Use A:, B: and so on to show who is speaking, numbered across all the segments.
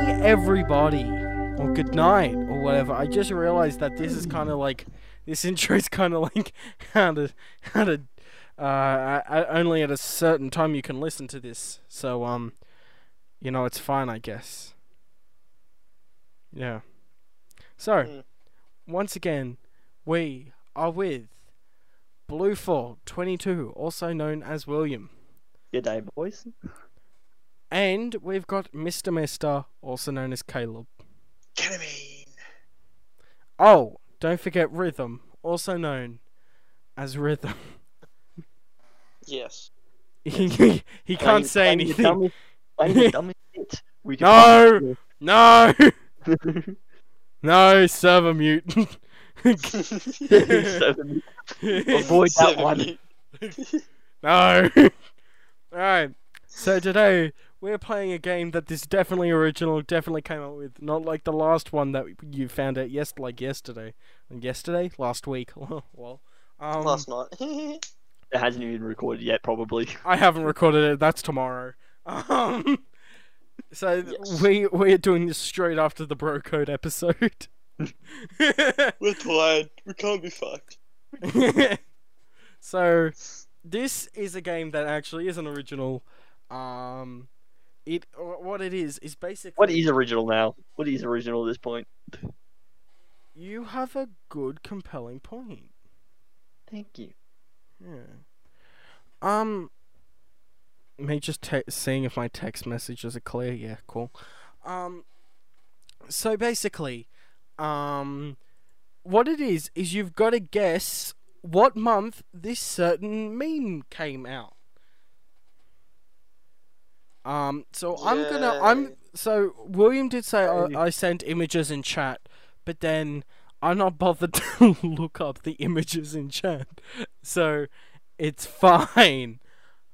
A: everybody, or good night, or whatever. I just realized that this is kind of like this intro is kind of like how to how to. Uh, I, I, only at a certain time you can listen to this, so um, you know it's fine, I guess. Yeah. So,
B: Mm.
A: once again, we are with Blue Fall Twenty Two, also known as William.
B: Good day, boys.
A: And we've got Mr. Mister, also known as Caleb.
B: Ketamine.
A: Oh, don't forget Rhythm, also known as Rhythm.
C: Yes.
A: he he can't say anything.
B: I'm the dumbest shit. We do-
A: No! No! No, server mute.
B: So, Avoid that
C: So-
B: one.
A: no. Alright, so today we're playing a game that is definitely original, definitely came up with, not like the last one that you found out yes, like yesterday. Yesterday? Last week. well, um,
C: Last night.
B: It hasn't even recorded yet, probably.
A: I haven't recorded it. That's tomorrow. Um, so th-
C: Yes.
A: we we're doing this straight after the bro code episode.
C: We're tired. We can't be fucked.
A: so this is a game that actually isn't original. Um, it wh- what it is is basically
B: What is original now? What is original at this point?
A: you have a good compelling point.
B: Thank you.
A: Yeah. Um. Me just te- seeing if my text messages are clear. Yeah, cool. Um. So basically, um, what it is is you've got to guess what month this certain meme came out. Um. So I'm gonna. I'm.
C: Yay.
A: So William did say I,
B: Hey.
A: I sent images in chat, but then I'm not bothered to look up the images in chat. So it's fine.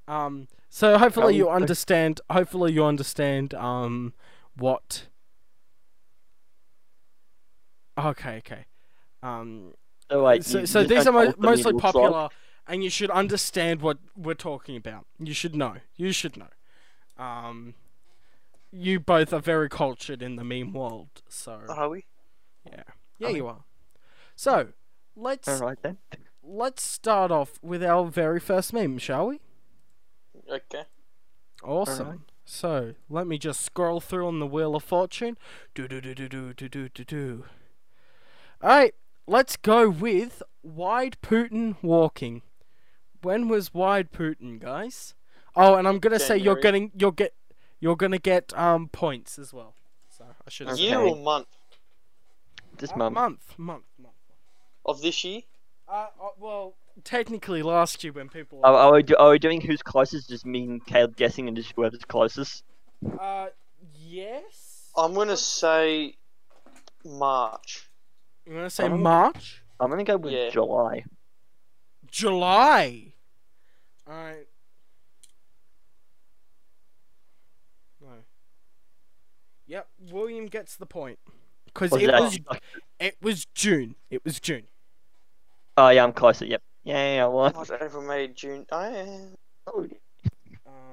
A: Um, so hopefully you
B: Okay.
A: understand. Hopefully you understand. Um, what? Okay, okay. Um,
B: So, like,
A: so
B: you-
A: so
B: you
A: these
B: don't
A: are mo-
B: tell us what it
A: mostly
B: looks
A: popular,
B: Like.
A: and you should understand what we're talking about. You should know. You should know. Um, you both are very cultured in the meme world, so
B: Uh,
C: Are we?
A: yeah,
B: I-
A: you are. So let's
B: Alright then.
A: let's start off with our very first meme, shall we?
C: Okay.
A: Awesome. So let me just scroll through on the Wheel of Fortune. Do do do do do do do do do. Alright, let's go with Wide Putin walking. When was Wide Putin, guys? Oh, and I'm gonna say you're
C: January.
A: getting you're get you're gonna get um points as well. So I should have
B: Okay.
C: Year or month
B: Just
A: uh,
B: mum.
A: month month month.
C: of this year?
A: Uh, uh, well, technically last year when people
B: Are, are, we do, are we doing who's closest? Just me and Caleb guessing and just whoever's closest?
A: uh yes.
C: I'm gonna say March.
A: I'm gonna say
B: I'm-
A: March.
B: I'm gonna go with
C: Yeah.
B: July.
A: July. Alright. No. Yep, William gets the point. Because
B: Or is
A: it
B: that-
A: was it was June. It was June.
B: Oh yeah, I'm closer. Yep. Yeah, yeah, I won.
C: March, April, May, June. I
A: Um,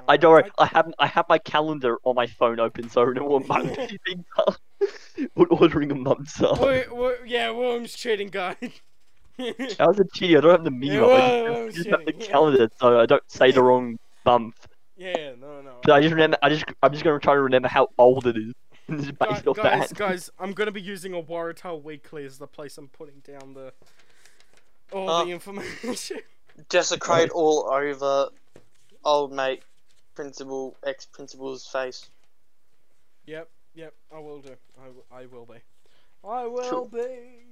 B: I don't. I have. I have my calendar on my phone open, so I know what month these things are. what ordering of months are.
A: Uh, Wi- Wi- yeah, William's cheating, guy. yeah,
B: That was a cheating. I don't have the meme.
A: Yeah,
B: up,
A: well,
B: I
A: I'm
B: just, I just have the
A: kidding.
B: calendar, so I don't say the wrong month.
A: no, no.
B: But I just remember. I just. I'm just gonna try to remember how old it is. and just
A: Guy-
B: based off
A: guys,
B: that.
A: guys, I'm gonna be using a Waratah Weekly as the place I'm putting down the all
C: Uh,
A: the information.
C: desecrate all over old mate, principal, ex principal's face.
A: Yep, yep, I will do. I, w- I will be. I will
B: Cool.
A: be.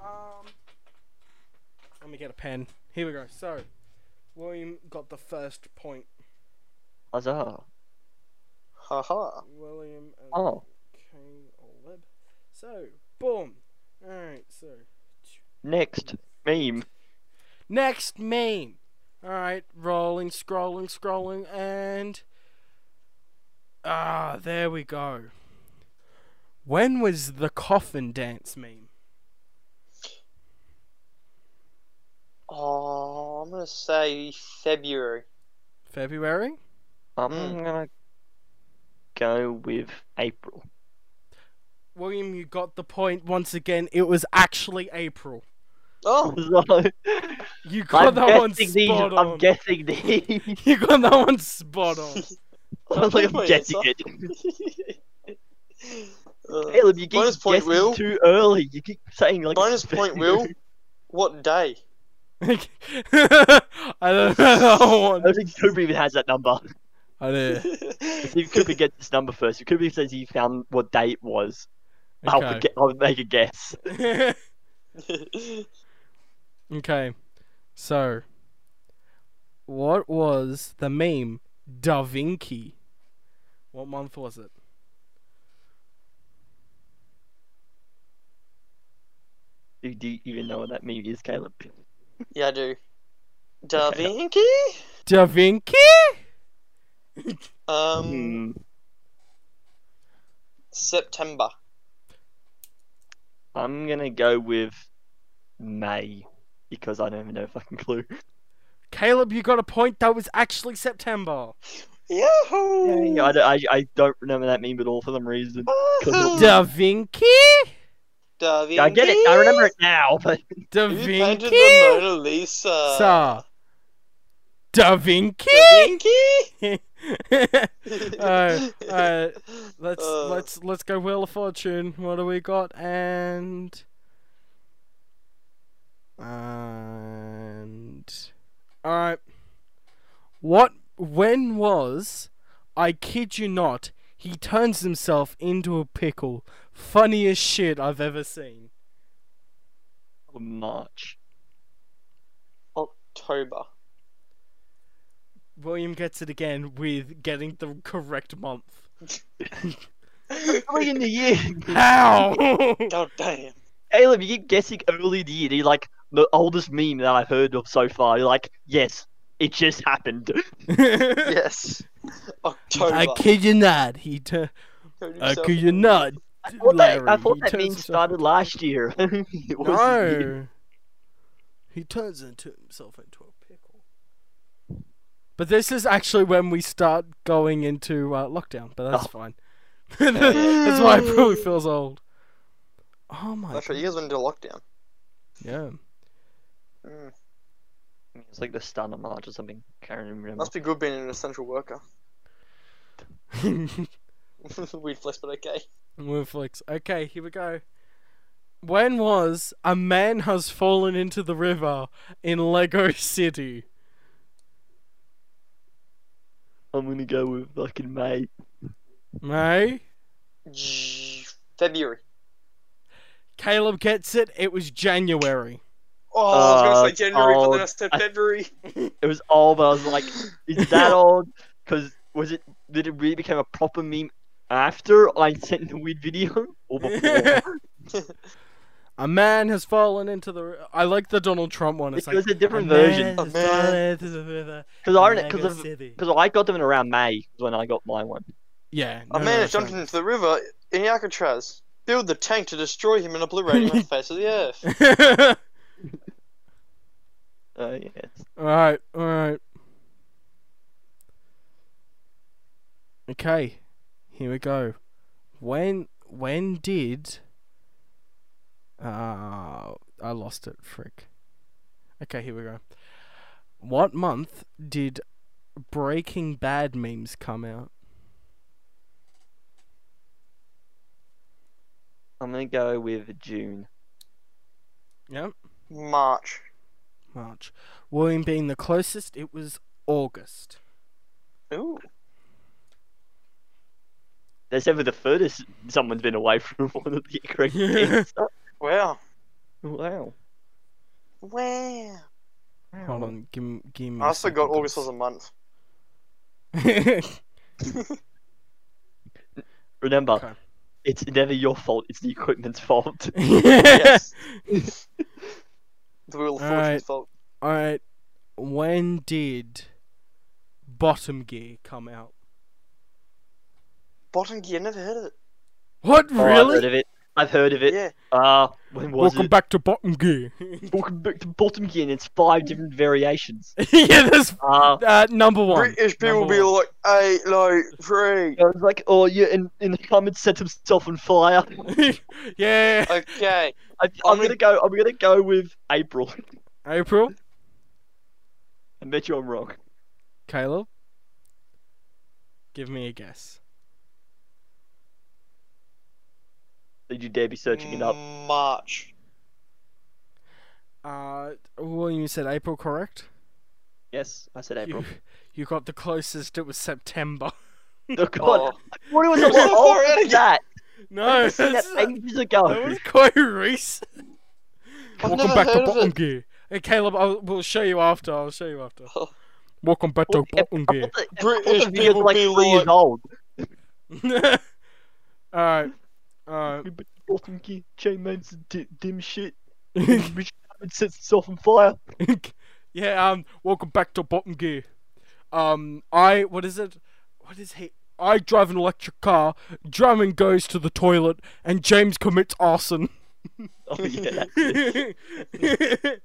A: Um, let me get a pen. Here we go. So, William got the first point.
B: Huzzah.
C: Haha.
A: William and
B: Oh.
A: Caleb. So, boom. All right. So,
B: Next meme.
A: next meme. All right, rolling, scrolling, scrolling, and ah, there we go. When was the coffin dance meme?
C: Oh, I'm gonna say February.
A: February?
B: I'm
C: Mm.
B: gonna go with April.
A: William, you got the point once again. It was actually April.
C: Oh,
B: So,
A: You got
B: I'm,
A: that one
B: guessing
A: spot
B: these,
A: on.
B: I'm guessing these.
A: You got that one spot on.
B: I was like, I'm
C: Wait,
B: guessing
C: sorry.
B: it.
C: Uh,
B: Caleb, you keep
C: Bonus point,
B: guessing
C: Will.
B: too early. You keep saying like.
C: bonus point, Will. What day?
A: I don't know that
B: I
A: one.
B: don't think Cooper even has that number.
A: I don't.
B: If Cooper gets this number first, if Cooper says he found what day it was, I'll,
A: Okay.
B: forget, I'll make a guess.
A: okay. So, what was the meme Da Vinci? What month was it?
B: Do, do you even know what that meme is, Caleb?
C: yeah, I do. Da
B: Okay.
C: Vinci?
A: Da Vinci?
C: Um,
B: Hmm.
C: September.
B: I'm gonna go with May because I don't even know a fucking clue.
A: Caleb, you got a point. That was actually September.
C: Yahoo!
B: I, don't, I, I don't remember that meme at all for some reason. Hmm.
C: Yahoo!
A: Da Vinci?
C: Da
B: Yeah, I get it. I remember it now, but
A: Da
C: Vinci? Who painted the
A: Vinci?
C: Mona Lisa?
A: Sir. Da Vinci?
C: Da Vinci?
A: Alright, alright. Let's
C: Uh.
A: let's let's go Wheel of Fortune. What do we got? And and all right. What? When was? I kid you not. He turns himself into a pickle. Funniest shit I've ever seen.
B: March.
C: October.
A: William gets it again with getting the correct month.
B: Early in the year,
A: How?
C: God damn.
B: Caleb, you keep guessing early in the year. You're like the oldest meme that I've heard of so far. You're like, yes, it just happened.
C: Yes. October.
A: I kid you not. He tur-
C: Killed
A: I
C: himself.
A: kid you not.
B: I thought that, I
A: Larry,
B: thought
A: he
B: that
A: turns
B: meme
A: himself-
B: started last year. It wasn't you.
A: No. He turns into himself into a pickle. But this is actually when we start going into uh, lockdown, but that's
B: Oh.
A: fine. that's why it probably feels old. Oh my
C: That's right, you guys went into lockdown.
A: yeah.
C: Mm.
B: It's like the start of March or something. Can't even remember.
C: Must be good being an essential worker. Weird flex, but okay.
A: Moonflix. Okay, here we go. When was a man has fallen into the river in Lego City?
B: I'm gonna go with fucking May.
A: May?
C: February.
A: Caleb gets it. It was January.
C: Oh, I was gonna say
B: Uh,
C: January, but then
B: oh,
C: I said
B: I-
C: February.
B: It was old, but I was like, is that old? Because was it? Did it really become a proper meme after I sent the weird video or before?
A: A man has fallen into the. ri- I like the Donald Trump one. It's
B: it was
A: like
B: a different
A: "A man
B: version.
A: has
C: A man-
A: fallen into the river
B: Because I
A: in
B: because
A: Lego City."
B: because I got them in around May is when I got my one.
A: Yeah.
C: A
A: no,
C: man
A: no,
C: has jumped
A: sorry.
C: into the river in Alcatraz. Build the tank to destroy him and obliterate him on the face of the earth.
B: Uh, yeah, it's-
A: all right. All right. Okay. Here we go. When when did? Uh, I lost it. Frick. Okay. Here we go. What month did Breaking Bad memes come out?
B: I'm gonna go with June.
A: Yep.
C: March.
A: March. William being the closest, it was August.
C: Ooh.
B: That's ever the furthest someone's been away from one of the correct dates.
C: Wow.
B: Wow.
C: Wow.
A: Hold on, give me, give me.
C: I also got August as a month.
A: was.
B: Remember,
A: Okay.
B: it's never your fault. It's the equipment's fault.
C: Yes. the Wheel of Fortune's
A: Alright.
C: fault.
A: All right. When did Bottom Gear come out?
C: Bottom gear, never heard of it.
A: What
B: Oh, I've heard
A: really?
B: of it. I've heard of it.
C: Yeah.
B: Uh, when was
A: Welcome
B: it?
A: back to bottom gear.
B: Welcome back to Bottom Gear, and it's five different variations.
A: yeah, that's
B: Uh,
A: uh, number one.
C: British people
A: Number
C: be like, hey, no, free.
B: I was like, oh, yeah, and, and the comment set himself on fire.
A: yeah,
C: Okay.
B: I,
C: I'm
B: I'm gonna go. I'm gonna go with April.
A: April,
B: I bet you I'm wrong.
A: Caleb. Give me a guess.
B: Did you dare be searching it
C: Mm.
B: up?
C: March.
A: Uh, William, you said April, correct?
B: Yes, I said April.
A: You, you got the closest. It was September.
B: oh
C: Oh.
B: God, what was
C: You're
B: I so
C: so far
B: old
C: out
B: was
C: of
B: that?
A: No,
B: I seen that
A: that's-
B: ages
A: that
B: ago.
A: was quite recent.
C: I've
A: Welcome
C: never
A: back
C: heard
A: to
C: of
A: bottom
C: it.
A: gear. Hey, Caleb, I'll, we'll show you after. I'll show you after.
C: Oh.
A: Welcome back to
B: What the-
A: bottom
B: I
A: gear.
B: thought the- I thought
C: British
B: the video's
C: people
B: like
C: be
B: three years
C: like,
B: old.
A: Alright. Alright.
B: Bottom gear, chain man's d- dim shit. Which sets itself on fire.
A: yeah, um, welcome back to bottom gear. Um, I, what is it? What is he? I drive an electric car, Drummond goes to the toilet, and James commits arson.
B: Oh yeah, that's it.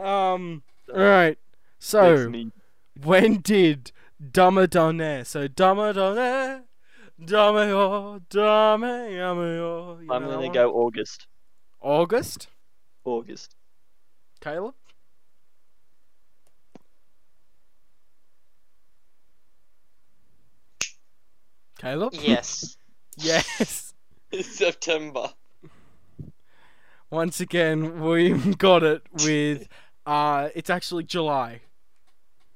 A: um, alright. So.
B: Makes me-
A: when did Dama Donaire? So Dama Donaire, Dama Yo, Dama Yama Yo. you
B: I'm
A: know that
B: gonna
A: one?
B: go August.
A: August.
B: August.
A: Caleb. Caleb.
C: Yes.
A: Yes.
C: It's September.
A: Once again, William got it with. Uh, it's actually July.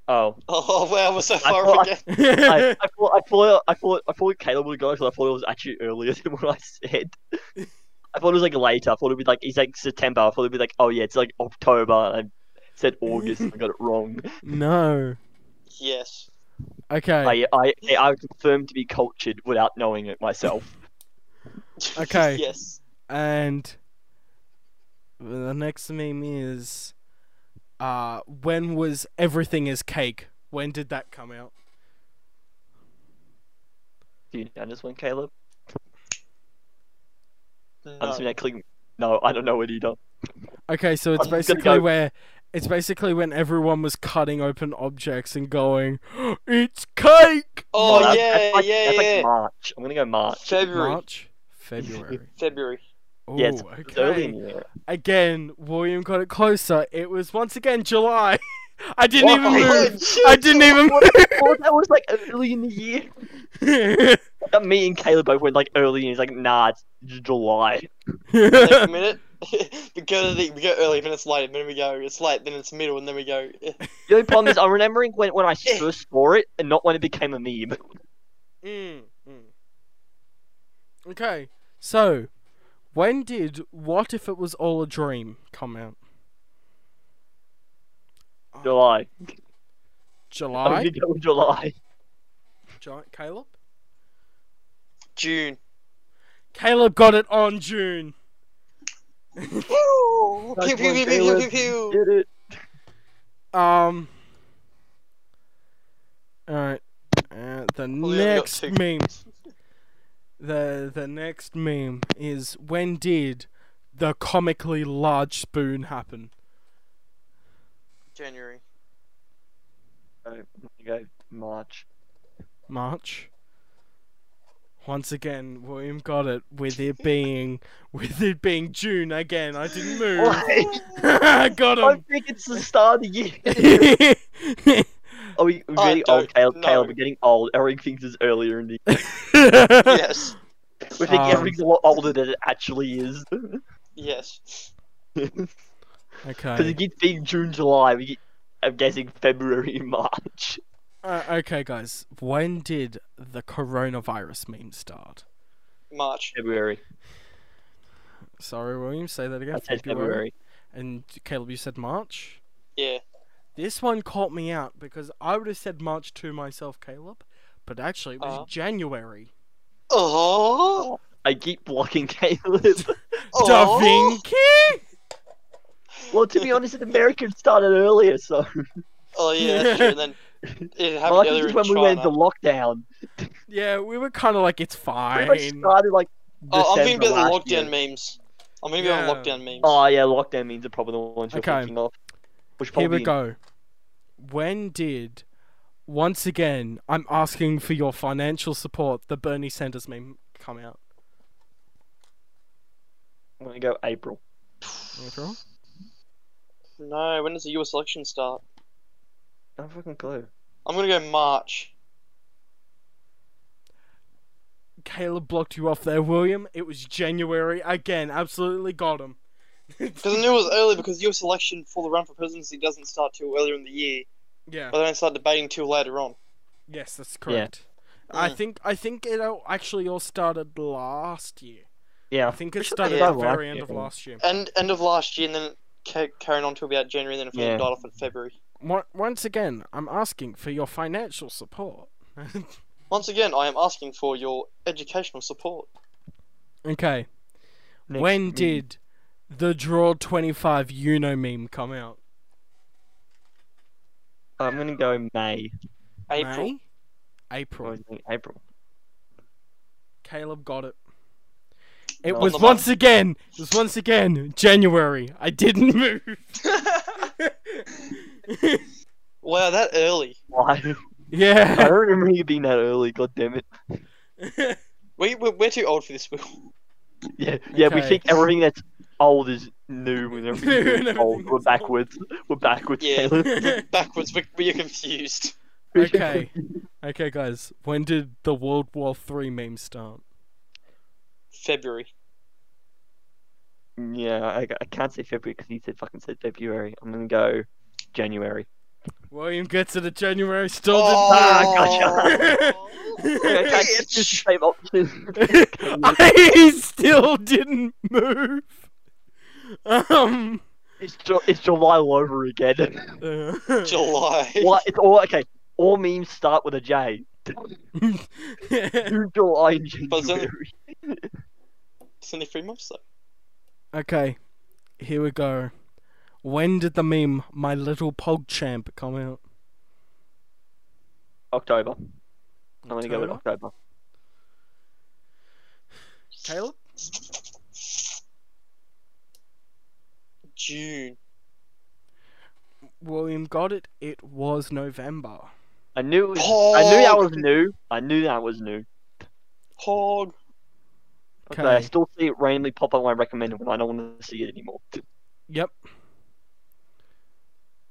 B: Oh,
C: Oh, wow, we're so
B: I
C: far
B: thought-
C: again.
B: I, I thought I thought I thought I thought Caleb would go because I thought it was actually earlier than what I said. I thought it was like later. I thought it'd be like it's like September. I thought it'd be like oh yeah, it's like October. And I said August. and I got it wrong.
A: no.
C: Yes.
A: Okay.
B: I I I confirmed to be cultured without knowing it myself.
A: Okay.
C: yes.
A: And the next meme is uh when was everything is cake? When did that come out?
B: Do you know this one, Caleb? I'm
C: No.
B: assuming I click. No, I don't know it either.
A: Okay, so it's
B: I'm gonna
A: basically
B: go-
A: where it's basically when everyone was cutting open objects and going, "It's cake."
C: Oh,
B: that's-
C: yeah,
B: that's like,
C: yeah,
B: that's
C: yeah.
B: Like March. I'm gonna go March.
C: February.
A: March, February.
C: February.
A: Ooh,
B: yeah, it's, it's early in
A: okay.
B: the year.
A: Again, William got it closer. It was once again July. I didn't even
B: What?
A: move.
C: Oh, Shit.
A: I didn't even
B: Oh, that was like early in the year. That me and Caleb both went like early, and he's like, "Nah, it's J- July."
A: move.
C: Like a minute. we go to the, we go early, then it's late, and then we go it's late, then it's middle, and then we go. eh.
B: The only problem is I'm remembering when, when I first saw it, and not when it became a meme.
A: Mm, mm. Okay, so when did What If It Was All a Dream come out? Uh,
B: July. I'm
C: Oh,
A: July?
B: gonna go with July.
A: July? Caleb?
C: June.
A: Caleb got it on June.
C: Woo!
B: Nice one,
C: Pew, pew, pew, pew,
B: Caleb.
C: pew, pew, pew.
B: Did it?
A: Um. Alright. Uh, the
C: Well, we only got
A: next
C: two.
A: meme. The the next meme is when did the comically large spoon happen?
C: January.
B: No, I'm gonna go March.
A: March. Once again, William got it with it being with it being June again. I didn't move.
B: Why?
A: I got
B: I
A: him.
B: think it's the start of the year. Are we we're
C: I
B: getting
C: don't
B: old, Caleb?
C: know.
B: Caleb, we're getting old. Everything thinks it's earlier in the year.
C: yes.
B: We think
A: Um.
B: everything's a lot older than it actually is.
C: Yes.
B: Because
A: okay.
B: it keeps being June, July. We get, I'm guessing February, March.
A: Uh, okay, guys. When did the coronavirus meme start?
C: March.
B: February.
A: Sorry, William. Say that again.
B: I said February.
A: And Caleb, you said March.
C: Yeah.
A: This one caught me out because I would have said March to myself, Caleb, but actually it was
C: Uh-huh.
A: January.
C: Oh.
B: I keep blocking Caleb.
A: Da
C: Oh.
A: Vinci?
B: Well, to be honest, the Americans started earlier, so
C: Oh yeah, that's true. And then it happened
B: March
C: earlier
B: is
C: in
B: when we went
C: China.
B: into lockdown.
A: Yeah, we were kind of like, it's
B: Pretty much
A: fine.
B: started like
C: Oh, I'm thinking
B: December
C: about
B: last
C: the lockdown
B: year.
C: memes. I'm thinking
A: Yeah.
C: about lockdown memes.
B: Oh yeah, lockdown means are probably the ones you're
A: Okay.
B: thinking of. Which
A: Here
B: probably
A: we go. When did, once again, I'm asking for your financial support, the Bernie Sanders meme come out?
B: I'm gonna go April.
A: April?
C: No, when does the US election start?
B: No fucking clue.
C: I'm gonna go March.
A: Caleb blocked you off there, William. It was January. Again, absolutely got him.
C: Because I knew it was early because US election for the run for presidency doesn't start till earlier in the year,
A: Yeah.
B: Uh,
C: but they don't start debating till later on.
A: Yes, that's correct. I
C: Mm.
A: think I think it all actually all started last year.
B: Yeah,
A: I think it
B: Pretty sure
A: started
C: they
A: at the
B: started last
A: very end
B: year.
A: of last year.
C: End end of last year, and then it ca- carried on till about January, and then it finally
B: Yeah.
C: died off in February.
A: Mo- Once again, I'm asking for your financial support.
C: Once again, I am asking for your educational support.
A: okay.
B: Next
A: when
B: meme.
A: did the Draw 25 Uno meme come out?
B: I'm gonna go May.
C: April.
A: May? April.
B: Or something, April.
A: Caleb got it. It
B: Not
A: was
C: the
A: once again, it was once again January. I didn't move.
C: wow, that early.
B: Why? I
A: yeah.
B: don't remember you being that early. God damn it.
C: We we're, we're too old for this. Will.
B: Yeah, yeah. We
A: Okay.
B: think everything that's old is new, and
A: New
B: everything new
A: and
B: is
A: everything
B: old. We're
A: is old.
B: backwards. We're backwards.
C: Yeah.
B: Caleb.
C: Backwards, we- we're confused.
A: okay. Okay guys, when did the World War 3 meme start?
C: February.
B: Yeah, I, I can't say February because he said fucking said February. I'm gonna go January.
A: William gets it at January still
C: Oh.
B: Okay, I
C: Bitch.
B: just used the same option.
A: didn't I still didn't move. Um
B: It's, Ju- it's July all over again.
A: uh,
C: July.
B: Well, it's all okay. All memes start with a J. June, July, and
C: But it's only-
B: January.
C: It's only three months though.
A: okay, here we go. When did the meme My Little Pog Champ come out?
B: October. I'm gonna go with
A: October?
B: October.
A: Caleb?
C: June.
A: William got it. It was November.
B: I knew. It was, I knew that was
C: Pog.
B: new. I knew that was new.
C: Hog.
B: Okay. I
A: Okay.
B: uh, still see it randomly pop up on my recommended when I don't want to see it anymore.
A: Yep.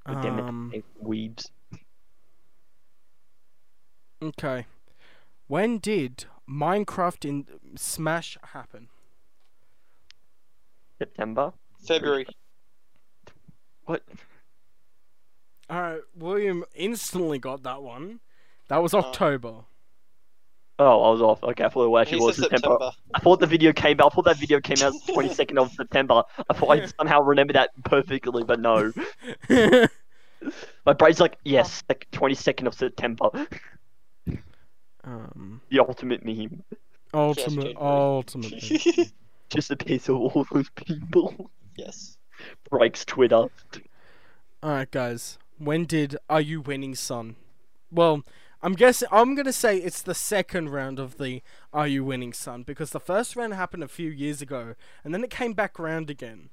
B: But damn it.
A: Um,
B: Hey, Weebs.
A: okay. When did Minecraft in Smash happen?
B: September.
C: February.
B: What?
A: Alright, William instantly got that one. That was
C: Uh,
A: October.
B: Oh, I was off. Okay, I thought it
C: He
B: actually
C: said
B: was September.
C: September.
B: I thought the video came out. I thought that video came out the 22nd of September. I thought I somehow remembered that perfectly, but no. My brain's like, yes, like 22nd of September.
A: um,
B: The ultimate meme.
A: ultimate,
C: January.
A: ultimate. meme.
B: Just a piece of all those people.
C: yes.
B: Breaks Twitter.
A: Alright, guys. When did Are You Winning, Son? Well, I'm guessing I'm gonna say it's the second round of the Are You Winning, Son because the first round happened a few years ago, and then it came back round again.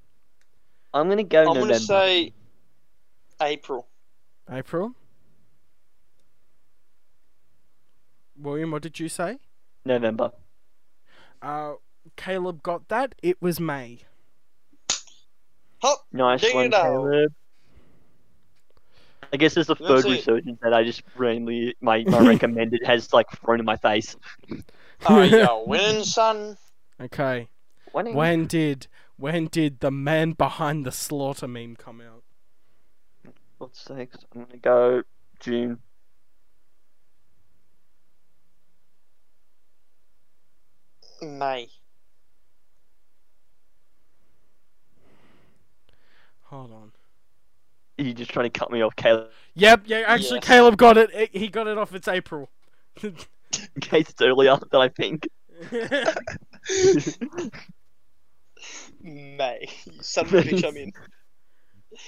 B: I'm gonna go
C: I'm
B: November.
C: gonna say April.
A: April. William, what did you say?
B: November.
A: Uh, Caleb got that. It was May.
C: Hop.
B: Nice
C: Ding
B: one,
C: it out.
B: Caleb. I guess it's the
C: That's
B: third
C: it.
B: resurgence that I just randomly my, my recommended has like thrown in my face.
C: Are you Oh, winning, son?
A: Okay.
B: When,
A: When did when did the man behind the slaughter meme come out?
B: What's six? I'm gonna go June.
C: May.
A: Hold on.
B: Are you just trying to cut me off, Caleb?
A: Yep. Yeah. Actually,
C: Yes.
A: Caleb got it. it. He got it off. It's April.
B: In case it's earlier than I think.
C: May. You son of a bitch, I'm in.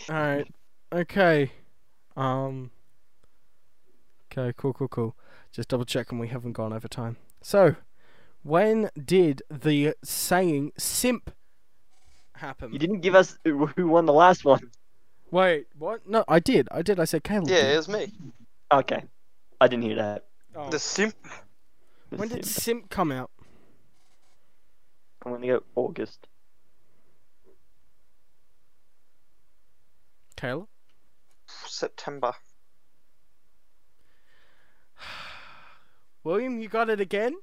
A: All right. Okay. Um. Okay. Cool. Cool. Cool. Just double checking we haven't gone over time. So, When did the saying simp happen?
B: You didn't give us who who won the last one.
A: Wait, what? No, I did. I did. I said Caleb.
C: Yeah,
A: did.
C: it was me.
B: Okay, I didn't hear that.
A: Oh.
C: The simp.
A: When did simp come out?
B: I'm gonna go August.
A: Caleb?
C: September.
A: William, you got it again?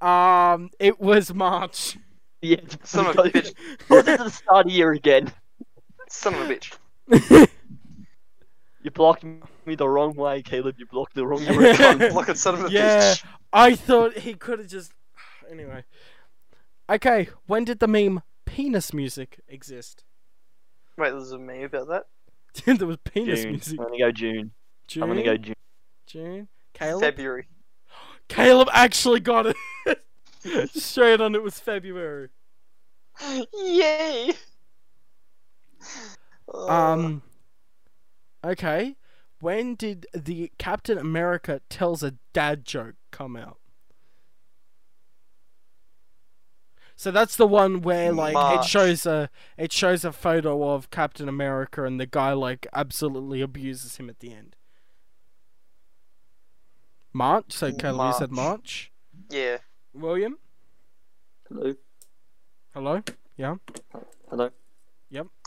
A: Um, it was March.
B: Yeah,
C: Son of a bitch.
B: Well, this is the start of year again.
C: Son of a bitch.
B: You blocked me the wrong way, Caleb. You blocked the wrong way.
C: Like a son of a
A: Yeah.
C: bitch.
A: I thought he could have just. Anyway. Okay, when did the meme penis music exist?
C: Wait, there's a meme about that.
A: there was penis
B: June. I'm
A: music.
B: gonna go June.
A: June.
B: I'm gonna go June.
A: June. Caleb.
C: February.
A: Caleb actually got it. Straight on. It was February.
C: Yay! Uh,
A: Um. Okay. When did the Captain America tells a dad joke come out? So that's the one where like
C: March.
A: it shows a it shows a photo of Captain America and the guy like absolutely abuses him at the end. March. So Caleb, you said
C: March.
A: March.
C: yeah.
A: William.
B: Hello.
A: Hello.
D: Hello.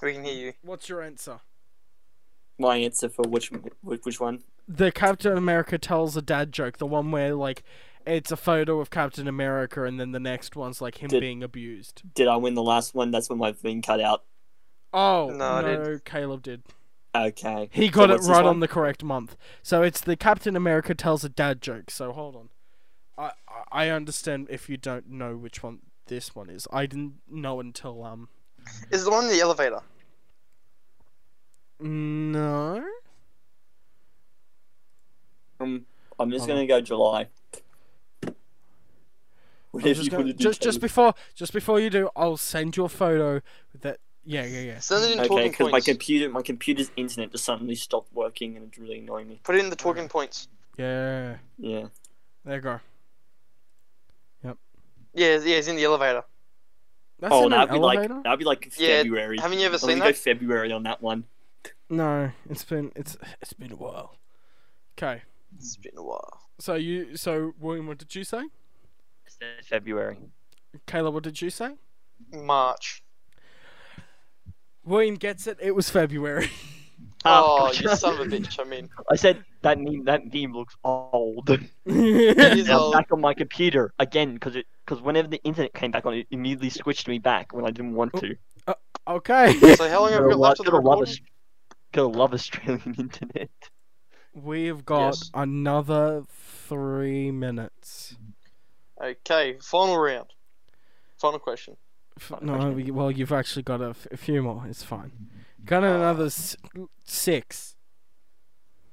C: We can hear you.
A: What's your answer?
D: My answer for which which, which one?
A: the Captain America tells a dad joke, the one where like it's a photo of Captain America and then the next one's like him
D: Did-
A: being abused.
D: Did I win the last one? That's when I've been cut out.
A: Oh
C: No, I
A: no,
C: didn't.
A: Caleb did.
D: Okay.
A: He
D: So
A: got it
D: what's this
A: right on
D: one?
A: the correct month. So it's the Captain America tells a dad joke. So hold on, I I I understand if you don't know which one this one is. I didn't know until um
C: Is the one in the elevator?
A: no.
D: Um, I'm just
A: Hold
D: gonna go July.
A: I'm
D: Whatever
A: just,
D: you
A: gonna-
D: want to do.
A: just, just
D: Caleb.
A: before just before you do, I'll send you a photo that yeah yeah yeah.
C: Send it in
D: Okay,
C: talking
D: because my
C: points.
D: computer, my computer's internet just suddenly stopped working, and it's really annoying me.
C: Put it in the talking points.
A: Yeah,
D: Yeah.
A: there you go.
C: Yeah, yeah, it's in the elevator.
A: That's
D: oh,
A: in an
D: that'd be
A: elevator?
D: like that'd be like
C: Yeah,
D: February. I'm
C: Haven't you ever
D: gonna
C: seen
D: go
C: that?
D: February on that one.
A: No, it's been it's it's been a while. Okay,
C: It's been a while.
A: so you so William, what did you say?
B: I said February.
A: Kayla, what did you say?
C: March.
A: William gets it. It was February.
D: Ah.
C: Oh, you
B: gotcha.
C: son of a bitch. I mean,
B: I said that meme. That meme looks old.
C: It
A: yeah,
C: is
B: Now
C: old.
B: back on my computer again because it because whenever the internet came back on, it immediately switched me back when I didn't want to.
A: okay.
C: So how long have we got left of the
B: Gotta love,
C: recording?
B: Aus- gotta love Australian internet.
A: We've got
C: Yes.
A: another three minutes.
C: Okay, final round. Final question.
A: F-
B: Not a
A: No,
B: question.
A: we, well, you've actually got a, f- a few more. It's fine. Got another s- six.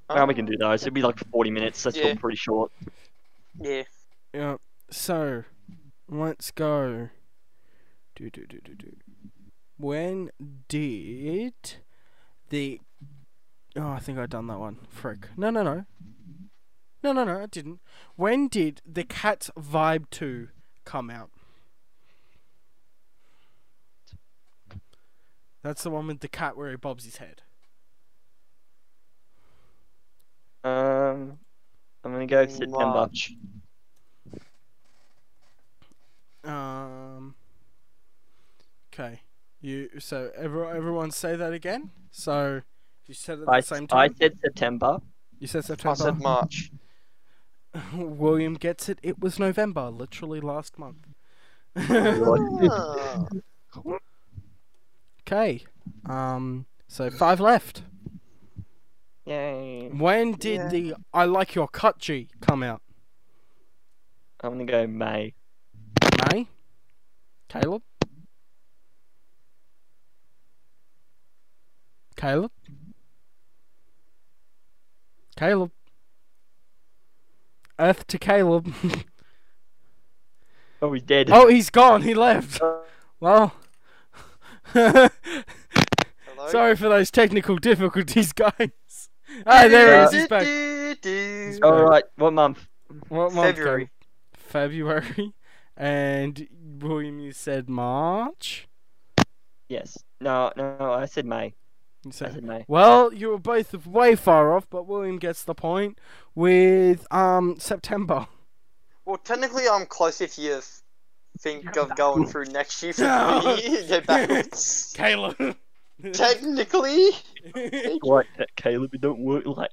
B: Well, we can do those. It'd be like 40 minutes. That's
C: Yeah.
B: still pretty short.
C: Yeah.
A: Yeah. So, let's go. Do do do do do. When did the? Oh, I think I done that one. Frick. No, no, no. No, no, no. I didn't. When did the Cats Vibe Two come out? That's the one with the cat where he bobs his head.
B: Um, I'm gonna go September.
C: March.
A: Um. Okay. You so everyone, everyone say that again. So you said it at
B: I,
A: the same
B: I
A: time.
B: said September.
A: you said
C: I
A: September.
C: said March.
A: William gets it. It was November, literally last month.
C: Ah.
A: okay. Um. So five left.
B: Yay!
A: When did
C: Yeah.
A: the "I like your cut" G come out?
B: I'm gonna go May.
A: May. Caleb. Caleb. Caleb. Earth to Caleb.
B: Oh, he's dead. Oh,
A: oh, he's gone. He left. Well.
C: Hello?
A: Sorry for those technical difficulties, guys. Ah, there he
C: uh,
A: is. He's back.
C: Do-do-do-do.
A: Oh.
B: All right. What month?
A: What month,
C: February.
A: Caleb? February. And William, you said March.
B: Yes. No, no, I said May.
A: You
B: I
A: said.
B: said May.
A: Well, you were both way far off, but William gets the point with um September.
C: Well, technically, I'm close if you think of going through next year for me. They're backwards.
A: Caleb.
C: technically,
B: Like that, Caleb. It don't work like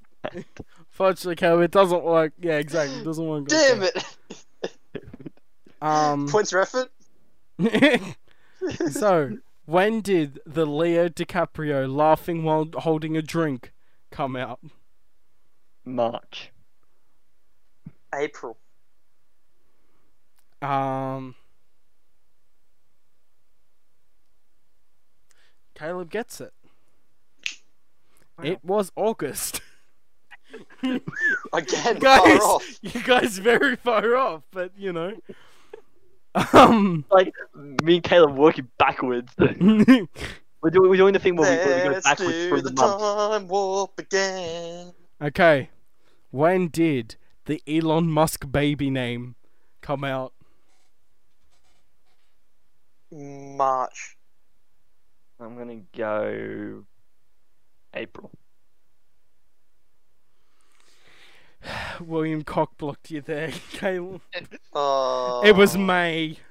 A: Fortunately, Caleb, it doesn't work. Yeah, exactly. It doesn't work.
C: damn it.
A: Um.
C: Points for effort.
A: so, when did the Leo DiCaprio laughing while holding a drink come out?
B: March.
C: April.
A: Um, Caleb gets it. It was August.
C: Again,
A: guys,
C: far off.
A: you guys very far off, but you know. Um,
B: Like me and Caleb working backwards. we're doing we're doing the thing where we, where we go
C: Let's
B: backwards
C: do
B: for the
C: the
B: month.
C: time warp again.
A: okay, when did the Elon Musk baby name come out?
C: March.
B: I'm gonna go April.
A: William cock blocked you there, Caleb.
C: Uh,
A: It was May.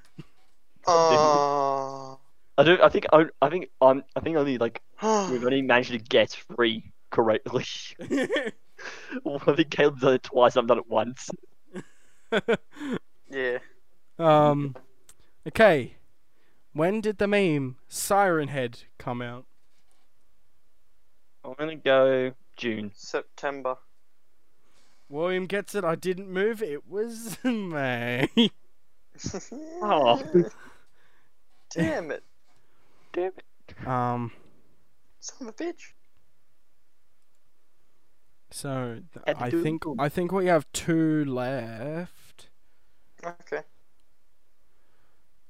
C: Uh,
B: I don't. I think. I, I think. Um, I think only like we've only managed to get three correctly. I think Caleb's done it twice. I've done it once.
C: yeah.
A: um, okay. When did the meme Siren Head come out?
B: I'm gonna go June.
C: September.
A: William gets it. I didn't move. It was May.
B: Oh.
C: Damn it.
B: Damn it.
A: Um,
C: Son of a bitch.
A: so th-
B: Had to
A: I
B: do it
A: think
B: good.
A: I think we have two left.
C: Okay.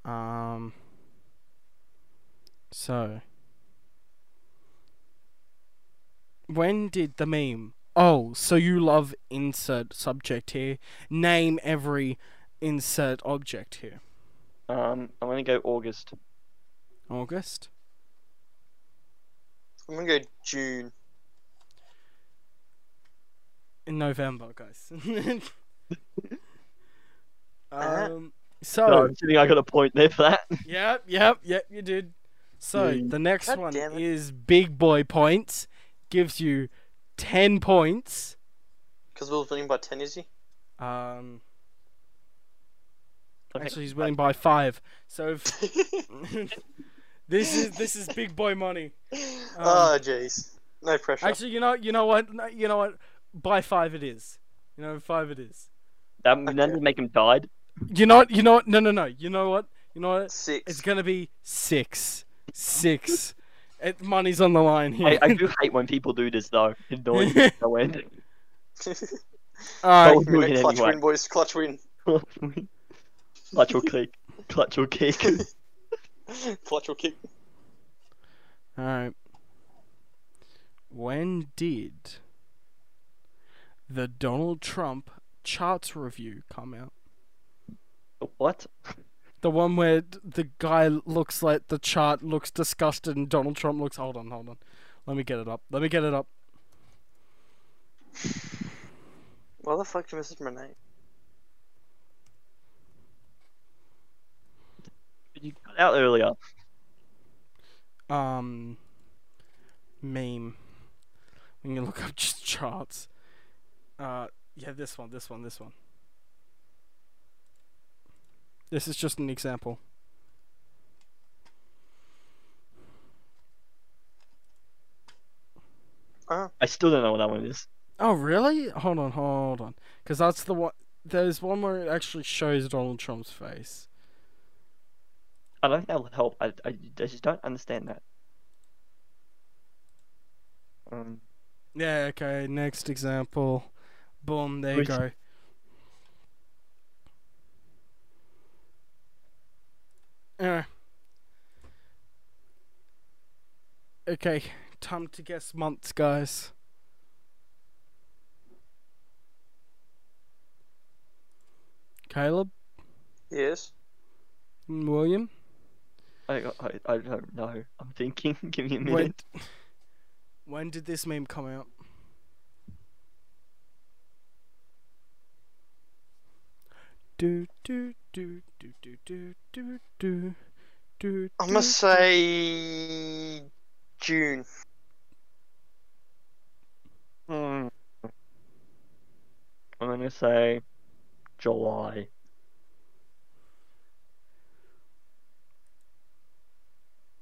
A: Um. So. When did the meme? Oh, so you love insert subject here. Name every insert object here.
B: Um, I'm gonna go August.
A: August.
C: I'm gonna go June.
A: In November, guys.
C: Uh-huh.
A: um.
B: No,
A: So.
B: I'm sitting. I got a point there for that.
A: Yep. Yep. Yep. You did. So
B: Mm.
A: the next
C: God
A: one
C: damn it.
A: is big boy points. Gives you ten points.
C: Because Will's winning by 10, is he?
A: Um,
B: I think-
A: actually, he's winning by five. So if, this is this is big boy money.
C: oh, jeez. No pressure.
A: Um, Actually, you know you know what no, you know what by five it is. You know five it is.
B: That okay.
C: Okay.
B: doesn't make him died.
A: You know what you know what no no no. You know what you know what
C: Six.
A: it's gonna be six six. it, money's on the line here.
B: I, I do hate when people do this though. Annoying no end.
A: All right,
B: Oh. We'll do it
C: clutch
B: anyway.
C: win, boys. Clutch win.
B: Clutch or kick. Clutch or kick.
C: clutch will kick.
A: all right. When did the Donald Trump charts review come out?
B: what?
A: The one where d- the guy looks like the chart looks disgusted and Donald Trump looks. Hold on, hold on. Let me get it up. Let me get it up.
C: Why the fuck did you message my name?
B: You cut out earlier.
A: Um, meme. We can look up just charts. Uh, yeah, this one, this one, this one. This is just an example.
B: I still don't know what that one is.
A: Oh, really? Hold on, hold on. Because that's the one. There's one where it actually shows Donald Trump's face.
B: I don't think that'll help. I, I, I just don't understand that. Um,
A: Yeah, okay, next example. Boom, there you
B: Which-
A: go. Yeah. Okay, time to guess months, guys. Caleb,
C: Yes.
A: William?
B: I, I, I don't know. I'm thinking. Give me a minute.
A: When, when did this meme come out? Do, do, do, do, do, do, do, do, do,
C: I
A: do,
C: must
A: do.
C: say June.
B: Hmm.
A: Mm.
B: I'm gonna say July.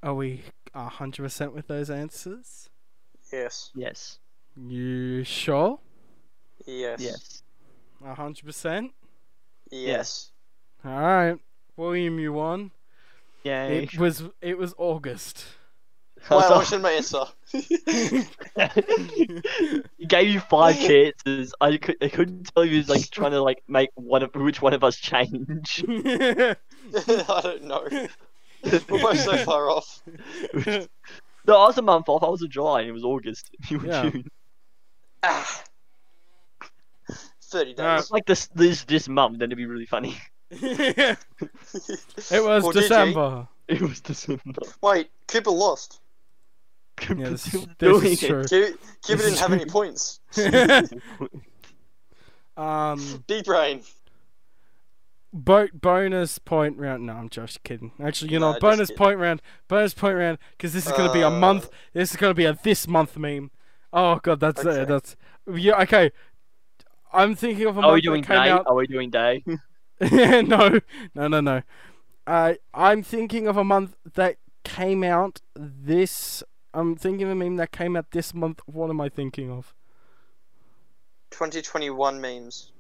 A: Are we 100% with those answers?
C: Yes.
B: Yes.
A: You sure?
C: Yes. Yes.
B: Yes.
A: 100%?
C: Yes.
A: Alright. William, you won.
B: Yay.
A: It was it was August.
C: Why
B: Also-
C: I should my answer.
B: he gave you five chances. I could I couldn't tell you he was like trying to like make one of which one of us change.
C: I don't know. We're both so far off.
B: No, I was a month off. I was in July and it was August. You were
A: Yeah.
B: June.
C: Ah. Thirty
A: Ah.
C: days.
B: Like this this this month, then it'd be really funny.
A: it was
C: Or did you?
A: December.
B: It was December.
C: Wait, Cooper lost.
A: Yeah, this,
B: Still
A: this
B: doing
A: is
B: it.
A: true.
C: Cooper didn't have any points.
A: um,
C: Deep brain.
A: bo- bonus point round. No, I'm just kidding. Actually, you know,
C: Nah, just
A: bonus
C: kidding. Uh.
A: point round. Bonus point round. Because this is gonna be a month. This is gonna be a this month meme. Oh god, that's uh,
C: Okay.
A: that's yeah. Okay, I'm thinking of a
C: Oh,
B: Are
A: month
B: we doing
A: that
B: day?
A: came out.
B: Are we doing day?
A: no, no, no, no. Uh, I'm thinking of a month that came out this. I'm thinking of a meme that came out this month. What am I thinking of?
C: 2021 memes.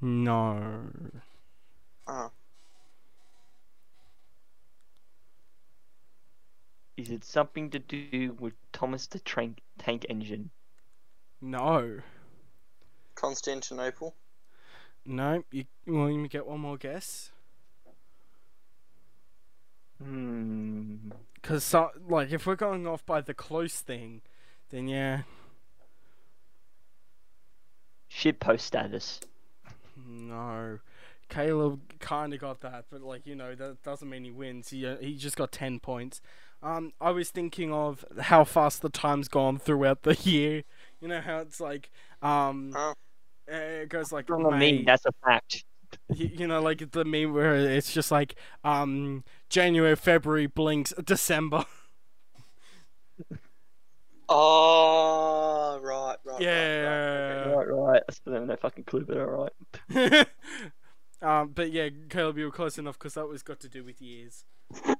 A: No.
C: Oh.
B: Is it something to do with Thomas the Tank Tank Engine?
A: No.
C: Constantinople.
A: No. You, well, you get one more guess.
B: Hmm.
A: Because, so, like, if we're going off by the close thing, then yeah.
B: Shit post status.
A: No. Caleb kind of got that, but like you know, that doesn't mean he wins. He uh, he just got ten points. Um, I was thinking of how fast the time's gone throughout the year. You know how it's like, um,
C: Oh.
A: uh, it goes like
B: From a
A: May-
B: meme, that's a fact.
A: you, you know, like the meme where it's just like, um, January, February blinks, December.
C: Oh, right, right. Right, right,
A: yeah.
B: right, right. I still have no fucking clue, but alright.
A: um, but yeah, Caleb, you were close enough because that was got to do with years.
C: okay.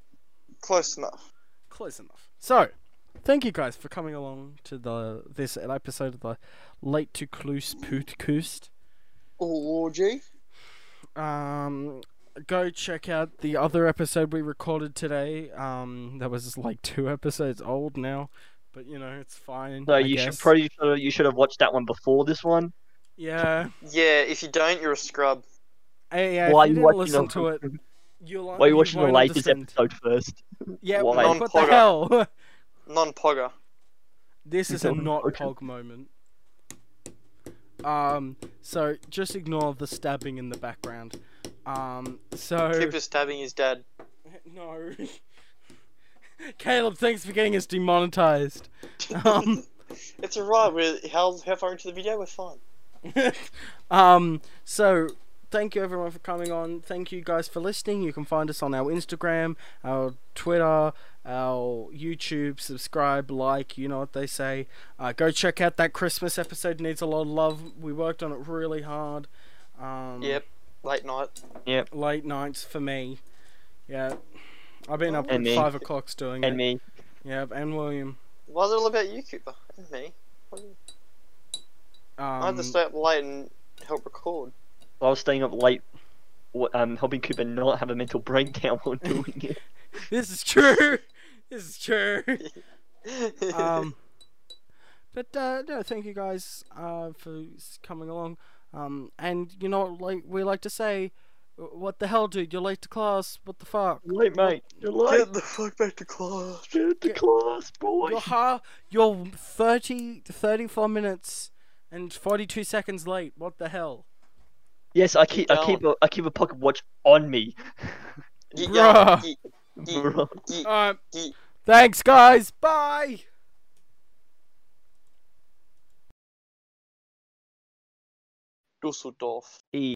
C: Close enough.
A: close enough. So, thank you guys for coming along to the this episode of the Late to Kloos Podcast.
C: Ooh, G.
A: Um, go check out the other episode we recorded today. Um, that was like two episodes old now, but you know it's fine.
B: So
A: I
B: you
A: guess.
B: should probably should've- you should have watched that one before this one.
A: yeah.
C: Yeah, if you don't, you're a scrub.
A: Hey, yeah, if
B: Why
A: you
B: you
A: didn't
B: watching
A: listen
B: the-
A: to it, you'll
B: Why are you watching the
A: won't
B: latest
A: understand.
B: episode first?
A: Yeah,
B: Why?
A: what the hell?
C: Non pogger.
A: This is a
B: Don't
A: not
B: approach it.
A: pog moment. Um, so just ignore the stabbing in the background. Um, so
C: Cooper stabbing his dad.
A: no. Caleb, thanks for getting us demonetized. Um,
C: It's alright, we're how, how far into the video? We're fine.
A: um, so thank you everyone for coming on. Thank you guys for listening. You can find us on our Instagram, our Twitter, our YouTube. Subscribe, like, you know what they say. Uh, go check out that Christmas episode. Needs a lot of love. We worked on it really hard. Um,
C: Yep. Late night.
A: Late nights for me. Yeah. I've been up
B: And
A: at
B: me.
A: five o'clocks doing
B: And
A: it.
B: me.
A: Yep, and William.
C: Why is it all about you, Cooper? And me?
A: Um,
C: I had to stay up late and help record.
B: I was staying up late, wa- um, helping Cooper not have a mental breakdown while doing it.
A: This is true. This is true. um, but uh, no, thank you guys uh, for s- coming along. Um, and you know, what, like we like to say, "Wh- what the hell, dude? You're late to class. What the fuck?
B: late, mate. You're late.
C: Get the fuck back to class.
B: Get to
A: get-
B: class, boy.
A: You're ha- You're 30, 34 minutes and forty-two seconds late. What the hell?
B: Yes, I keep, I
C: don't.
B: keep, a, I keep a pocket watch on me.
C: You, yeah,
A: Bruh.
C: you, you,
B: Bro.
C: you,
A: Alright.
C: Ye-
A: Thanks, guys. Bye.
C: Dusseldorf.
B: E.